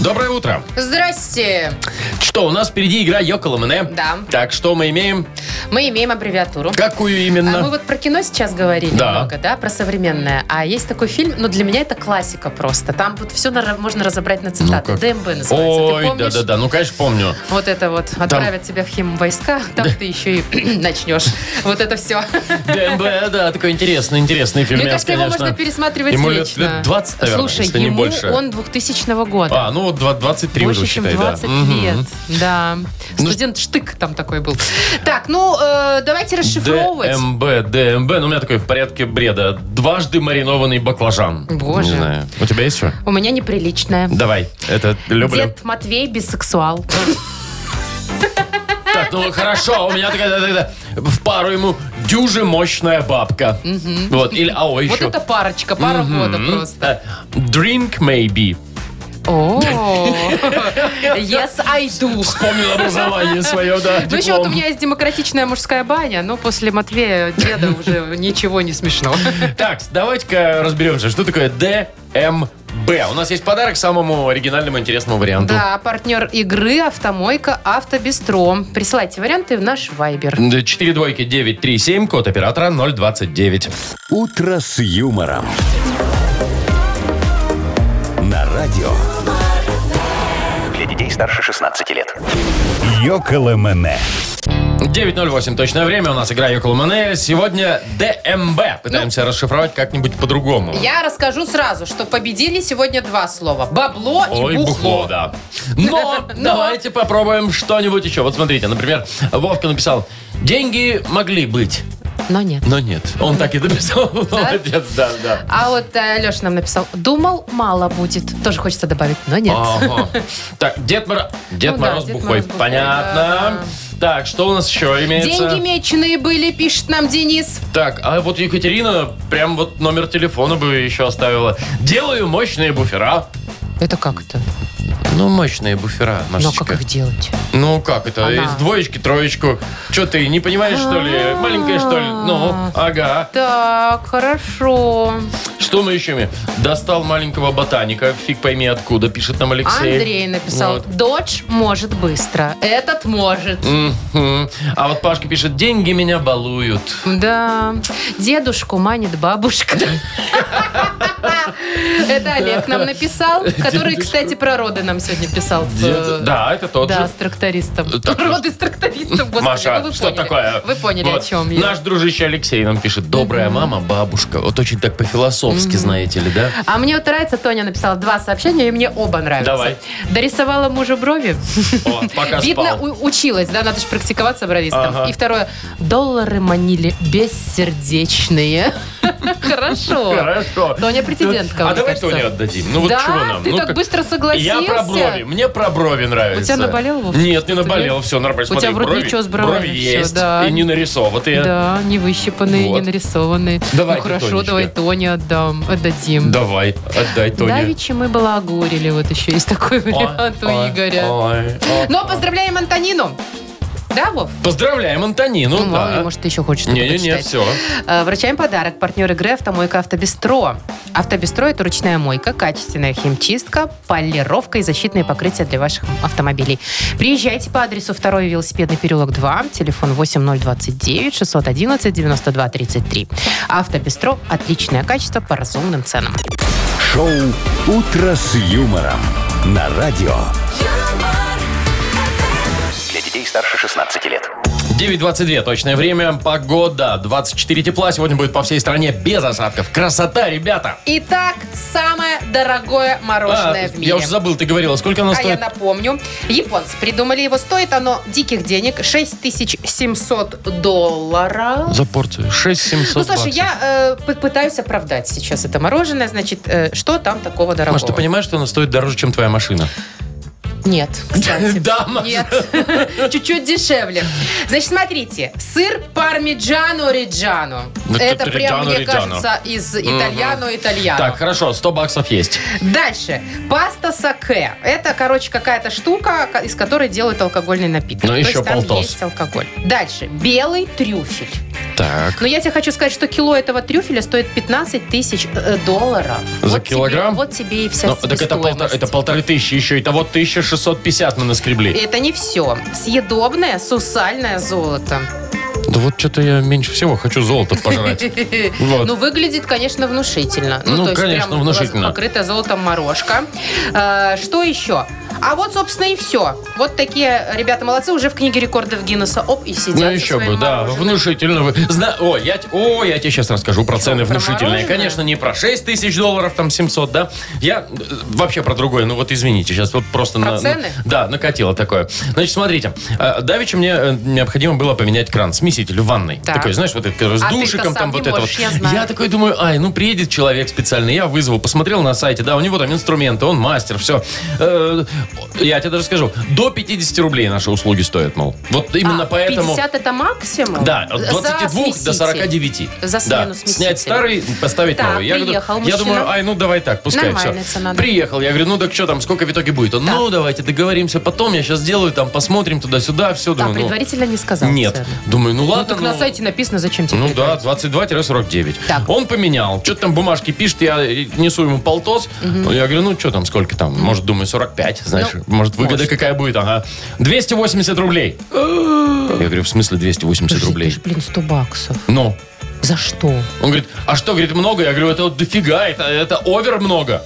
Доброе утро. Здрасте. Что, у нас впереди игра Йокола Мене. Да. Так, что мы имеем? Мы имеем аббревиатуру. Какую А именно? мы вот про кино сейчас говорили Да. много, да, про современное. А есть такой фильм, но для меня это классика просто. Там вот все можно разобрать на цитаты. Ну как? ДМБ называется. Ты Ой, помнишь? да-да-да, ну, конечно, помню. Вот это вот. Отправят тебя в химвойска, там ты еще и начнешь. Вот это все. ДМБ, да, такой интересный, интересный фильм, Мне кажется, его конечно. можно пересматривать Ему лет- вечно. лет 20, наверное, Слушай, если не ему больше. он 2000 года. А, ну, вот два- 23 Больше, уже, чем считай, 20 да. Мгм. Ну лет. Да. Студент Штык там такой был. Так, ну, э, давайте расшифровывать. ДМБ, ДМБ. Ну, у меня такой в порядке бреда. Дважды маринованный баклажан. Боже. Не знаю. У тебя есть что? У меня неприличное. Давай, это люблю. Дед Матвей бисексуал. Так, ну хорошо, у меня такая, такая- такая в пару ему дюже мощная бабка. Вот, или, а, о, еще. Вот это парочка, пара года просто. Э, Drink maybe. О, yes, I do. Помнил образование свое, да, Ну еще вот у диплом. меня есть демократичная мужская баня, но после Матвея деда уже ничего не смешно. Так, давайте-ка разберемся, что такое ДМБ. У нас есть подарок самому оригинальному интересному варианту. Да, партнер игры «Автомойка Автобестро». Присылайте варианты в наш вайбер. Да, Четыре двойки 937, код оператора 029. «Утро с юмором». На радио Для детей старше 16 лет. «Йоколэ 9.08 точное время, у нас игра Йоколмане. Сегодня ДМБ. Пытаемся расшифровать как-нибудь по-другому. Ну. Я расскажу сразу, что победили сегодня два слова. Бабло Ой, и бухло. да. Но давайте попробуем что-нибудь еще. Вот смотрите, например, Вовка написал, деньги могли быть, Но нет. но нет. Он так и написал. Молодец, да, да. А вот Леша нам написал, думал, мало будет. Тоже хочется добавить, но нет. Ага. Так, Дед, Мор- Дед Ну да, Мороз Дед бухой. Мороз бухой, Понятно. Так, что у нас еще имеется? Деньги меченые были, пишет нам Денис. Так, а вот Екатерина прям вот номер телефона бы еще оставила. Делаю мощные буфера. Это как это? Ну, мощные буфера, Ну, Машечка. как их делать? Ну, как это? Она. Из двоечки, троечку. Че ты, не понимаешь, что ли? Маленькая, что ли? Ну, ага. Так, хорошо. Что мы еще имеем? Достал маленького ботаника. Фиг пойми откуда, пишет нам Алексей. Андрей написал, Вот. дочь может быстро, этот может. Мгм. А вот Пашка пишет, деньги меня балуют. Да, дедушку манит бабушка. Это Олег нам написал, который, кстати, про роды нам сегодня писал. в, Дед- Да, это тот Э, Да, же. с трактористом. Так, Роды с трактористом, господи, Маша, а, ну вы что поняли. такое? Вы поняли, Вот. о чем я. Наш дружище Алексей нам пишет, добрая мама, бабушка. Вот очень так по-философски, знаете ли, да? А мне вот нравится, Тоня написала два сообщения, и мне оба нравятся. Давай. Дорисовала мужу брови. О, пока Видно, спал. у- училась, да, надо же практиковаться бровистом. Ага. И второе, доллары манили бессердечные. Хорошо. Хорошо. Тоня претендентка, А мне давай кажется. Тоне отдадим. Ну вот Да? чего нам? Ты Ну так как- быстро согласился? Я про брови. Мне про брови нравится. У тебя наболело, Вовчик, Нет, не что-то, наболело. нет? Все, нормально. У Смотри, тебя вроде брови, ничего с бровями брови всё, есть. да. И не нарисоватые. Да, не выщипанные, Вот. не нарисованные. Давай ну ты, хорошо, Тонечка. давай Тоне отдам, отдадим. Давай, отдай Тоне. Давичи мы балагурили, вот еще есть такой вариант у Ой, ой, Игоря. ой, ой. Но поздравляем Антонину. Да, Вов? Поздравляем Антонину. Ну, мало да. ли, может, ты еще хочешь что-то Не-не-не, почитать. все. Э, Вручаем подарок. Партнер игры «Автомойка Автобестро». «Автобестро» — это ручная мойка, качественная химчистка, полировка и защитные покрытия для ваших автомобилей. Приезжайте по адресу 2 велосипедный переулок 2, телефон 8029-611-92-33. «Автобестро» — отличное качество по разумным ценам. Шоу «Утро с юмором» на радио. Для детей старше 16 лет. 9.22, точное время, погода, 24 тепла, сегодня будет по всей стране без осадков. Красота, ребята! Итак, самое дорогое мороженое А, в мире. я уже забыл, ты говорила, сколько она А я стоит? напомню, японцы придумали его. Стоит оно диких денег 6700 долларов. За порцию. 6700 Ну, слушай, баксов. я э, пытаюсь оправдать сейчас это мороженое. Значит, э, что там такого дорогого? Маш, ты понимаешь, что она стоит дороже, чем твоя машина? Нет, кстати. Дама. Нет. Чуть-чуть дешевле. Значит, смотрите. Сыр пармиджано риджано. Ну, Это тут прям, мне Reggiano-Reggiano. кажется, из итальяно итальяно. Так, хорошо, 100 баксов есть. Дальше. Паста саке. Это, короче, какая-то штука, ко- из которой делают алкогольный напиток. Ну, То еще есть там полтос. есть алкоголь. Дальше. Белый трюфель. Так. Но я тебе хочу сказать, что кило этого трюфеля стоит 15 тысяч э, долларов. За Вот тебе- килограмм? вот тебе и вся Ну, так это, полтора, себестоимость. это полторы тысячи еще, и того 1650 мы наскребли. Это не все. Съедобное сусальное золото. Да вот что-то я меньше всего хочу золото пожрать. Вот. Ну, выглядит, конечно, внушительно. Ну, то есть конечно, прям внушительно. Покрытая золотом морожка. Э, Что еще? А вот, собственно, и все. Вот такие ребята молодцы, уже в книге рекордов Гиннесса. Оп, и сидят. Ну со еще своим бы, да, мороженым. внушительно. вы- Зна... О, я... т- О, я тебе сейчас расскажу про цены про внушительные. мороженое? Конечно, не про 6 тысяч долларов, там 700, да. Я э, вообще про другое, ну вот извините, сейчас вот просто... Про цены? Да, накатило такое. Значит, смотрите, э, давеча мне э, необходимо было поменять кран, смеситель в ванной. Так. Такой, знаешь, вот этот который с А ты-то душиком, сам там не вот это можешь, вот. я знаю. Я такой думаю, ай, ну приедет человек специально, я вызову, посмотрел на сайте, да, у него там инструменты, он мастер, все. Я тебе даже скажу, до 50 рублей наши услуги стоят, мол. Вот именно А, поэтому... 50 это максимум? Да, от За 22 до смеситель. 49. За да. смену смесителя. Снять старый, поставить Так, новый. Я, говорю- приехал я мужчина. думаю, ай, ну давай так, пускай Нормальная все. цена, да. Приехал, я говорю, ну так что там, сколько в итоге будет? Он, ну давайте договоримся потом, я сейчас сделаю, там посмотрим туда-сюда, все. А Думаю, ну, предварительно не сказал нет. цену. Думаю, ну Ну, ладно. так на ну, сайте написано, зачем тебе ну да, предварительно. 22-49. Так. Он поменял. Что-то там бумажки пишет, я несу ему полтос. Я говорю, ну что там, сколько там? Может, думаю, 45, знаешь. Ну, может, выгода какая будет? Ага. 280 рублей. я говорю, в смысле 280 Подожди, ты рублей? же, блин, 100 баксов. Ну, За что? он говорит, а что, говорит, много? Я говорю, это вот дофига, это, это овер много.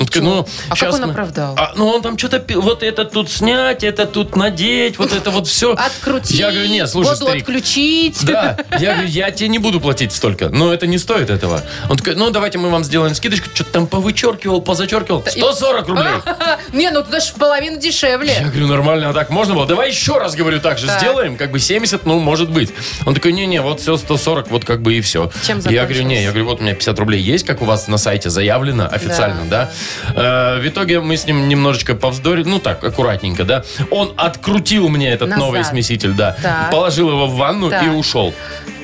Он такой, ну, А как щас он мы- оправдал? А, ну, он там что-то, вот это тут снять, это тут надеть, вот это вот все. Открутить, Я говорю, нет, слушай, воду старик, отключить. да, я говорю, я тебе не буду платить столько, но это не стоит этого. Он такой, ну давайте мы вам сделаем скидочку, что-то там повычеркивал, позачеркивал, 140 рублей. Не, ну туда же в половину Я дешевле. говорю, нормально, а так можно было? Давай еще раз, говорю, так же Так. сделаем, как бы 70, ну, может быть. Он такой, не-не, вот все 140, вот как бы и все. Чем Я говорю, не, закончилось? я говорю, вот у меня 50 рублей есть, как у вас на сайте заявлено официально, да? Э, в итоге мы с ним немножечко повздорили, ну так, аккуратненько, да? Он открутил мне этот Назад. новый смеситель, да. Так. Положил его в ванну Так. и ушел.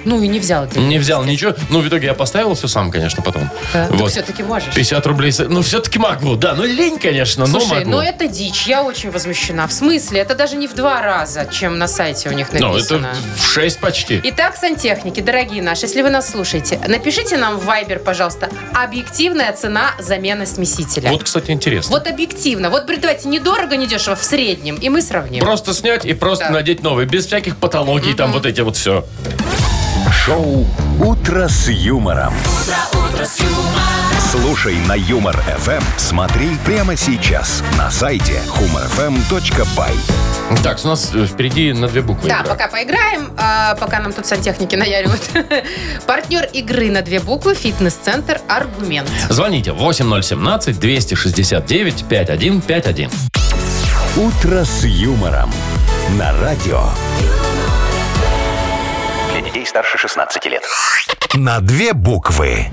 Ну и не взял ты. Не взял ничего. Ну, в итоге я поставил все сам, конечно, потом. Да? Вот. Э, ну, Ты все-таки можешь. 50 рублей. с- Ну, все-таки могу, да. Ну, лень, конечно, но Слушай, могу. ну это дичь, я очень возмущена. В смысле, это даже не в два раза, чем на сайте у них Ну, это написано. в 6 почти. Итак, сантехники, дорогие наши, если вы нас слушаете, напишите нам в Viber, пожалуйста, объективная цена замены смесителя. Вот, кстати, интересно. Вот объективно. Вот при- давайте недорого, недешево, в среднем, и мы сравним. Просто снять и просто Да. надеть новый, без всяких патологий, там вот эти вот все. Шоу «Утро с юмором». Слушай на Юмор ФМ, смотри прямо сейчас на сайте humorfm.by. Так, у нас э, впереди на две буквы. Да, игра. пока поиграем, а, пока нам тут сантехники наяривают. Партнер игры на две буквы фитнес-центр «Аргумент». Звоните 8017-269-5151. Утро с юмором на радио Для детей старше 16 лет. на две буквы.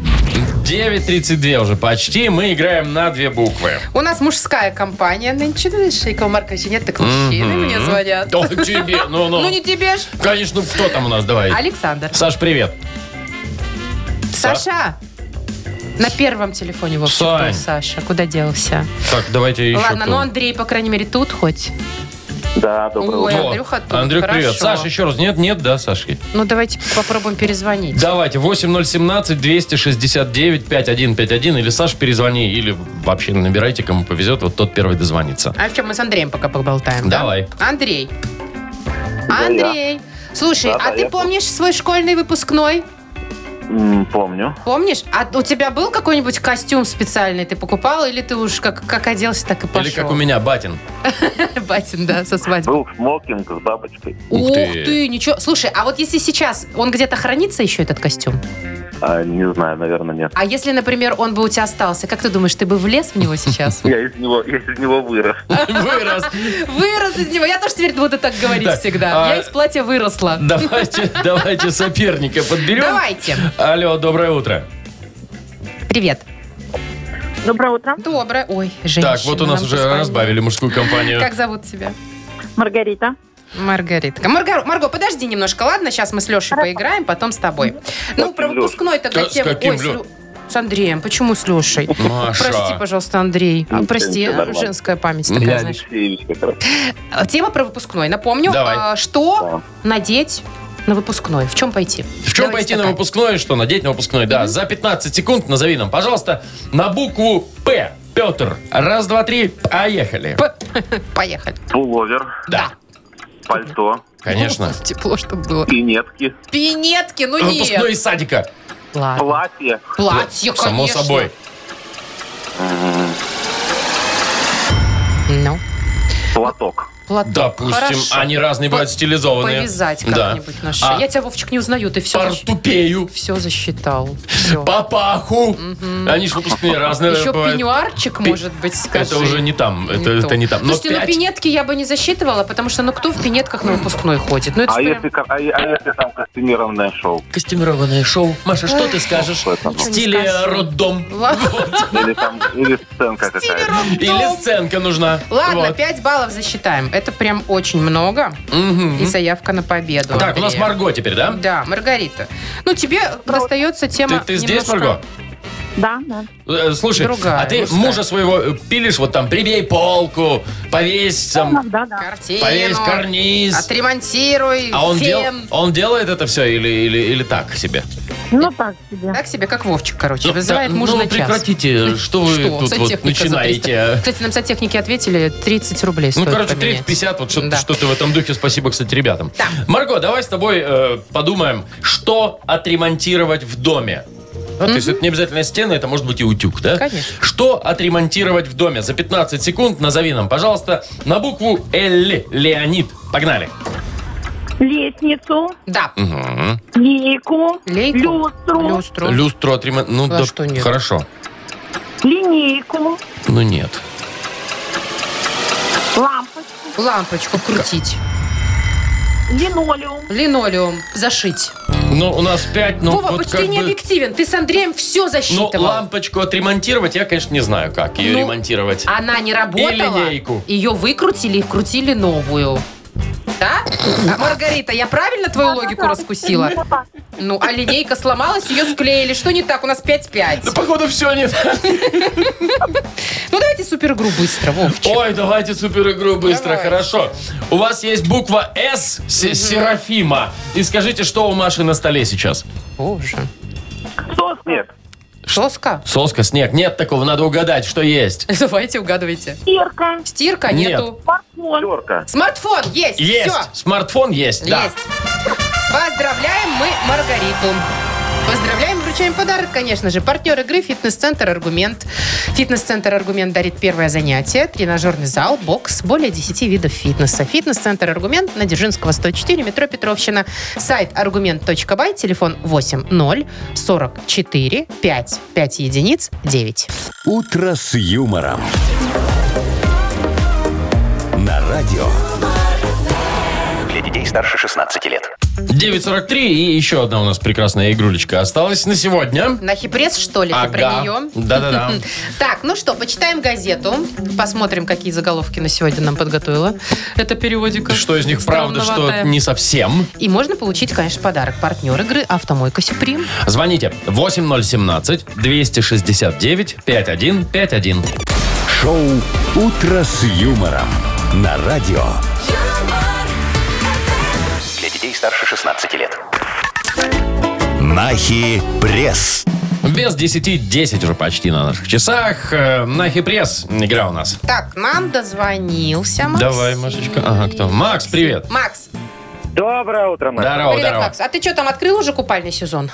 9.32 уже почти. Мы играем на две буквы. У нас мужская компания нынче, ну, видишь, Якова Марковича нет, так мужчины мне звонят. Да, тебе, ну, ну. Ну не тебе ж. Конечно, кто там у нас, давай. Александр. Саш, привет. Саша. На первом телефоне, в общем, Сань. был Саша. Куда делся? Так, давайте еще Ладно, кто. ну Андрей, по крайней мере, тут хоть. Да, доброе Ой, утро. Во. Андрюха тут, Андрюх, привет. хорошо. Саша, еще раз. Нет, нет, да, Сашки. Ну давайте попробуем перезвонить. Давайте, 8017-269-5151. Или, Саш, перезвони. Или вообще набирайте, кому повезет. Вот тот первый дозвонится. А в чем мы с Андреем пока поболтаем? да? Давай. Андрей. Андрей. Слушай, Да, а да, ты я. помнишь свой школьный выпускной? М, Помню. Помнишь? А у тебя был какой-нибудь костюм специальный ты покупал? Или ты уж как, как оделся, так и пошел? Или как у меня, Батин. Батин, да, со свадьбы. Был смокинг с бабочкой. Ух Ух ты. ты. ничего. Слушай, а вот если сейчас, он где-то хранится еще, этот костюм? А, не знаю, наверное, нет. А если, например, он бы у тебя остался, как ты думаешь, ты бы влез в него сейчас? Я из него, я из него вырос. Вырос. Вырос из него. Я тоже теперь буду так говорить Так, всегда. а- Я из платья выросла. Давайте, давайте соперника подберем. Давайте. Алло, доброе утро. Привет. Доброе утро. Доброе. Ой, женщина. Так, вот у нас нам уже позвонила. разбавили мужскую компанию. Как зовут тебя? Маргарита. Маргаритка. Марго, Марго, подожди немножко, ладно? Сейчас мы с Лешей поиграем, потом с тобой. Ну, про выпускной тогда Да, с тему. каким Ой, с Лё- Лю- с Андреем. Почему с Лешей? Маша. М-м. Прости, пожалуйста, Андрей. А, Ну, Прости, всё нормально. женская память такая, знаешь. Алексеевич как раз. А, Тема про выпускной. Напомню, Давай. а, что надеть на выпускной? В чем пойти? В чем пойти на выпускной, что надеть на выпускной? Да, за 15 секунд назови нам, пожалуйста, на букву «П». Петр, раз, два, три, поехали. Поехали. Пуловер, Да, пальто, конечно. Тепло, чтобы было. пинетки, Пинетки, ну А, Выпускной нет. из садика. Ладно. платье, Платье, конечно. Само собой. Ну, платок. платок. Допустим, Хорошо. они разные бывают По- стилизованные. Повязать Да. как-нибудь наши. А Я тебя, Вовчик, не узнаю, ты все, Портупею, все засчитал. Всё. папаху. Они же выпускные разные Еще бывают. пенюарчик, Пи- может быть, скажи. Это уже не там, это то. это не там. Но Слушайте, ну пять- пинетки я бы не засчитывала, потому что ну кто в пинетках на выпускной ходит? Ну это ж А прям- если, ка- а, е- а если там костюмированное шоу? Костюмированное шоу. Маша, что ты скажешь? Что это? В стиле роддом. Ладно. Или там или сценка какая-то? Или сценка нужна. Ладно, Вот. 5 баллов засчитаем. Это прям очень много. И заявка на победу. Так, у нас Маргарита. Марго теперь, да? Да, Маргарита. Ну, тебе достается Ты, тема ты здесь, немножко- Марго? Да, да. Э, Слушай, Другая, а ты мужская. мужа своего э, пилишь, вот там, прибей полку, повесь там, Да, да. Картину. повесь а карниз. Отремонтируй. А он, фен. дел, он делает это все или, или, или так себе? Ну так себе. Так себе, как Вовчик, короче. Ну, Вызывает да, мужа ну, на час. прекратите, что вы Что? тут вот Сантехника за 300. начинаете? а? Кстати, нам сантехники ответили 30 рублей Ну, стоит короче, поменять. 30-50, вот что-то Да. что-то в этом духе. Спасибо, кстати, ребятам. Да. Марго, давай с тобой э, подумаем, что отремонтировать в доме. Ну, То есть это не обязательно стены, это может быть и утюг, да? Конечно. Что отремонтировать в доме? За 15 секунд назови нам, пожалуйста, на букву Л. Леонид. Погнали. Лестницу, Да. линейку, Лейку. люстру, Люстру. Люстру отремонт... Ну, А да, что нет? хорошо. линейку, Ну, нет. лампочку, Лампочку крутить. линолеум. Линолеум зашить. Ну, у нас 5, ну, Вова, вот почти как не бы- объективен. Ты с Андреем все Ну, засчитывал. лампочку отремонтировать, я, конечно, не знаю, как ее Ну, ремонтировать. Она не работала. И линейку. Ее выкрутили и вкрутили новую. Да? А, Маргарита, я правильно твою логику раскусила? Ну, а линейка сломалась, ее склеили. Что не так? У нас 5-5. Да, походу, все не так. Ну, давайте суперигру быстро, Вовчик. Ой, давайте супер игру быстро, Давай. хорошо. У вас есть буква С Се- Серафима. И скажите, что у Маши на столе сейчас? Боже. Соска. Нет. Соска? Соска, снег. Нет такого, надо угадать, что есть. Давайте угадывайте. Стирка. Стирка Нет. нету. Смартфон. Терка. Смартфон есть. Есть. Все. Смартфон есть, да. Есть. Поздравляем мы Маргариту. Поздравляем, вручаем подарок, конечно же. Партнер игры «Фитнес-центр Аргумент». «Фитнес-центр Аргумент» дарит первое занятие. Тренажерный зал, бокс, более 10 видов фитнеса. «Фитнес-центр Аргумент» на Дзержинского, 104, метро Петровщина. Сайт аргумент.бай, телефон 80 44 5 5 единиц 9. «Утро с юмором». На радио. Для детей старше 16 лет. 9.43 и еще одна у нас прекрасная игрулечка осталась на сегодня. На хипресс, что ли, ты Ага. про нее? Да-да-да. Так, ну что, почитаем газету, посмотрим, какие заголовки на сегодня нам подготовила. Это переводика. Что из них правда, что Странноватая. не совсем. И можно получить, конечно, подарок. Партнер игры «Автомойка Сюприм». Звоните 8017-269-5151. Шоу «Утро с юмором». На радио. Для детей старше 16 лет. Нахи пресс. Без 10-10 уже почти на наших часах. Э, На Хипресс игра у нас. Так, нам дозвонился Макс. Давай, Машечка. Ага, кто? Макс, привет. Макс, Доброе утро, Маш. Здорово, привет, здорово. Макс. А ты что, там открыл уже купальный сезон?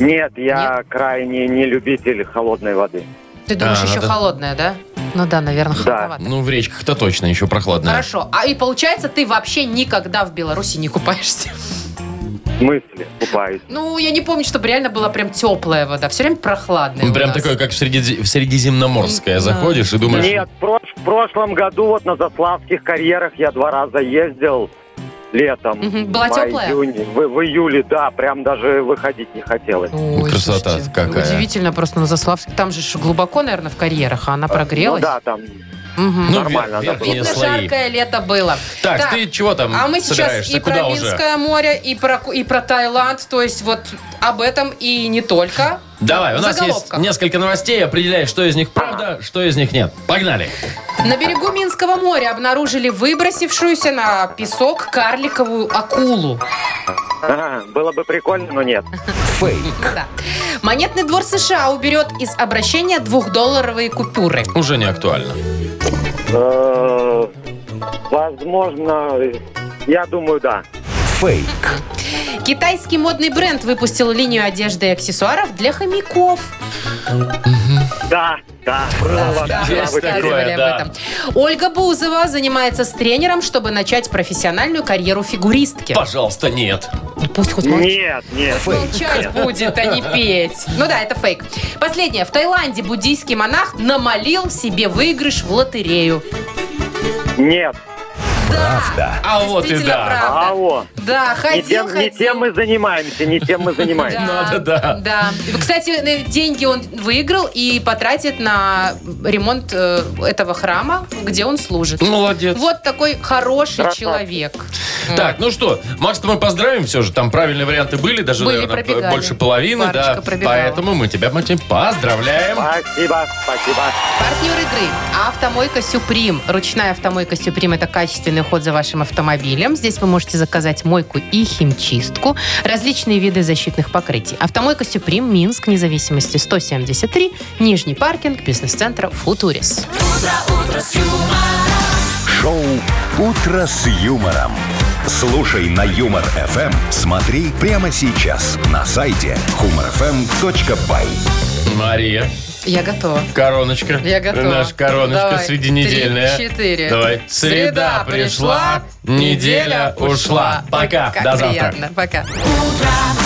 Нет, я крайне не любитель холодной воды. Ты думаешь, А, еще надо- холодная, да? Ну да, наверное, холодновато. Ну, в речках-то точно еще прохладно. Хорошо. А и получается, ты вообще никогда в Беларуси не купаешься. В смысле? Купаюсь. Ну, я не помню, чтобы реально была прям теплая вода. Все время прохладная. у Ну, Прям нас. такое, как в, Средизе- в Средиземноморское. Да. Заходишь и думаешь... Нет, в прош- в прошлом году вот на Заславских карьерах я два раза ездил. летом. Мгм, была в мае, теплая? июне, в, в июле, да, прям даже выходить не хотелось. Ой, Красота слушайте, какая. Удивительно просто на Заславске. Там же ж глубоко, наверное, в карьерах, а она прогрелась. Ну да, там Мгм. Ну, Нормально, вер- да, верхние Видно, слои. жаркое лето было. Так, ты чего там А мы сейчас собираешься? и Куда про уже? Минское море, и про, Ку- и про Таиланд, то есть вот об этом и не только. Давай, у В нас есть заголовках. несколько новостей. Определяй, что из них правда, что из них нет. Погнали. На берегу Минского моря обнаружили выбросившуюся на песок карликовую акулу. ага, было бы прикольно, но нет. Ну да. Монетный двор США уберет из обращения двухдолларовые купюры. Уже не актуально. Э, Возможно, я думаю, да. Фейк. Китайский модный бренд выпустил линию одежды и аксессуаров для хомяков. Да, да, право. Да, Есть рассказывали А такое, об да. этом. Ольга Бузова занимается с тренером, чтобы начать профессиональную карьеру фигуристки. Пожалуйста, нет. Ну, Пусть хоть молчит. Нет, нет. Молчать будет, а не петь. Ну да, это фейк. Последнее. В Таиланде буддийский монах намолил себе выигрыш в лотерею. Нет. Правда. А вот и Действительно, да. правда. Алло. Да, Не ходил, тем, не ходил. тем мы занимаемся, не тем мы занимаемся. Надо, да. Да. И, Кстати, э, деньги он выиграл и потратит на ремонт э, этого храма, где он служит. Молодец. Вот такой хороший человек. Так, ну что, Макс-то мы поздравим все же. Там правильные варианты были, даже, Были, наверное, пробегали. больше половины, Парочка да. пробегала. Поэтому мы тебя, Матей, поздравляем. Спасибо, спасибо. Партнер игры «Автомойка Сюприм». Ручная «Автомойка Сюприм» – это качественный уход за вашим автомобилем. Здесь вы можете заказать мойку и химчистку, различные виды защитных покрытий. «Автомойка Сюприм», Минск, независимости 173, Нижний паркинг, бизнес-центра «Футурис». Шоу «Утро с юмором». Слушай на Юмор ФМ. Смотри прямо сейчас на сайте humorfm.by. Мария, Я готова. короночка. Я готова. Наша короночка Давай. срединедельная. Три, четыре. Давай. Среда, Среда пришла, пришла, неделя ушла. Пока, Как до завтра. приятно. Пока. Утро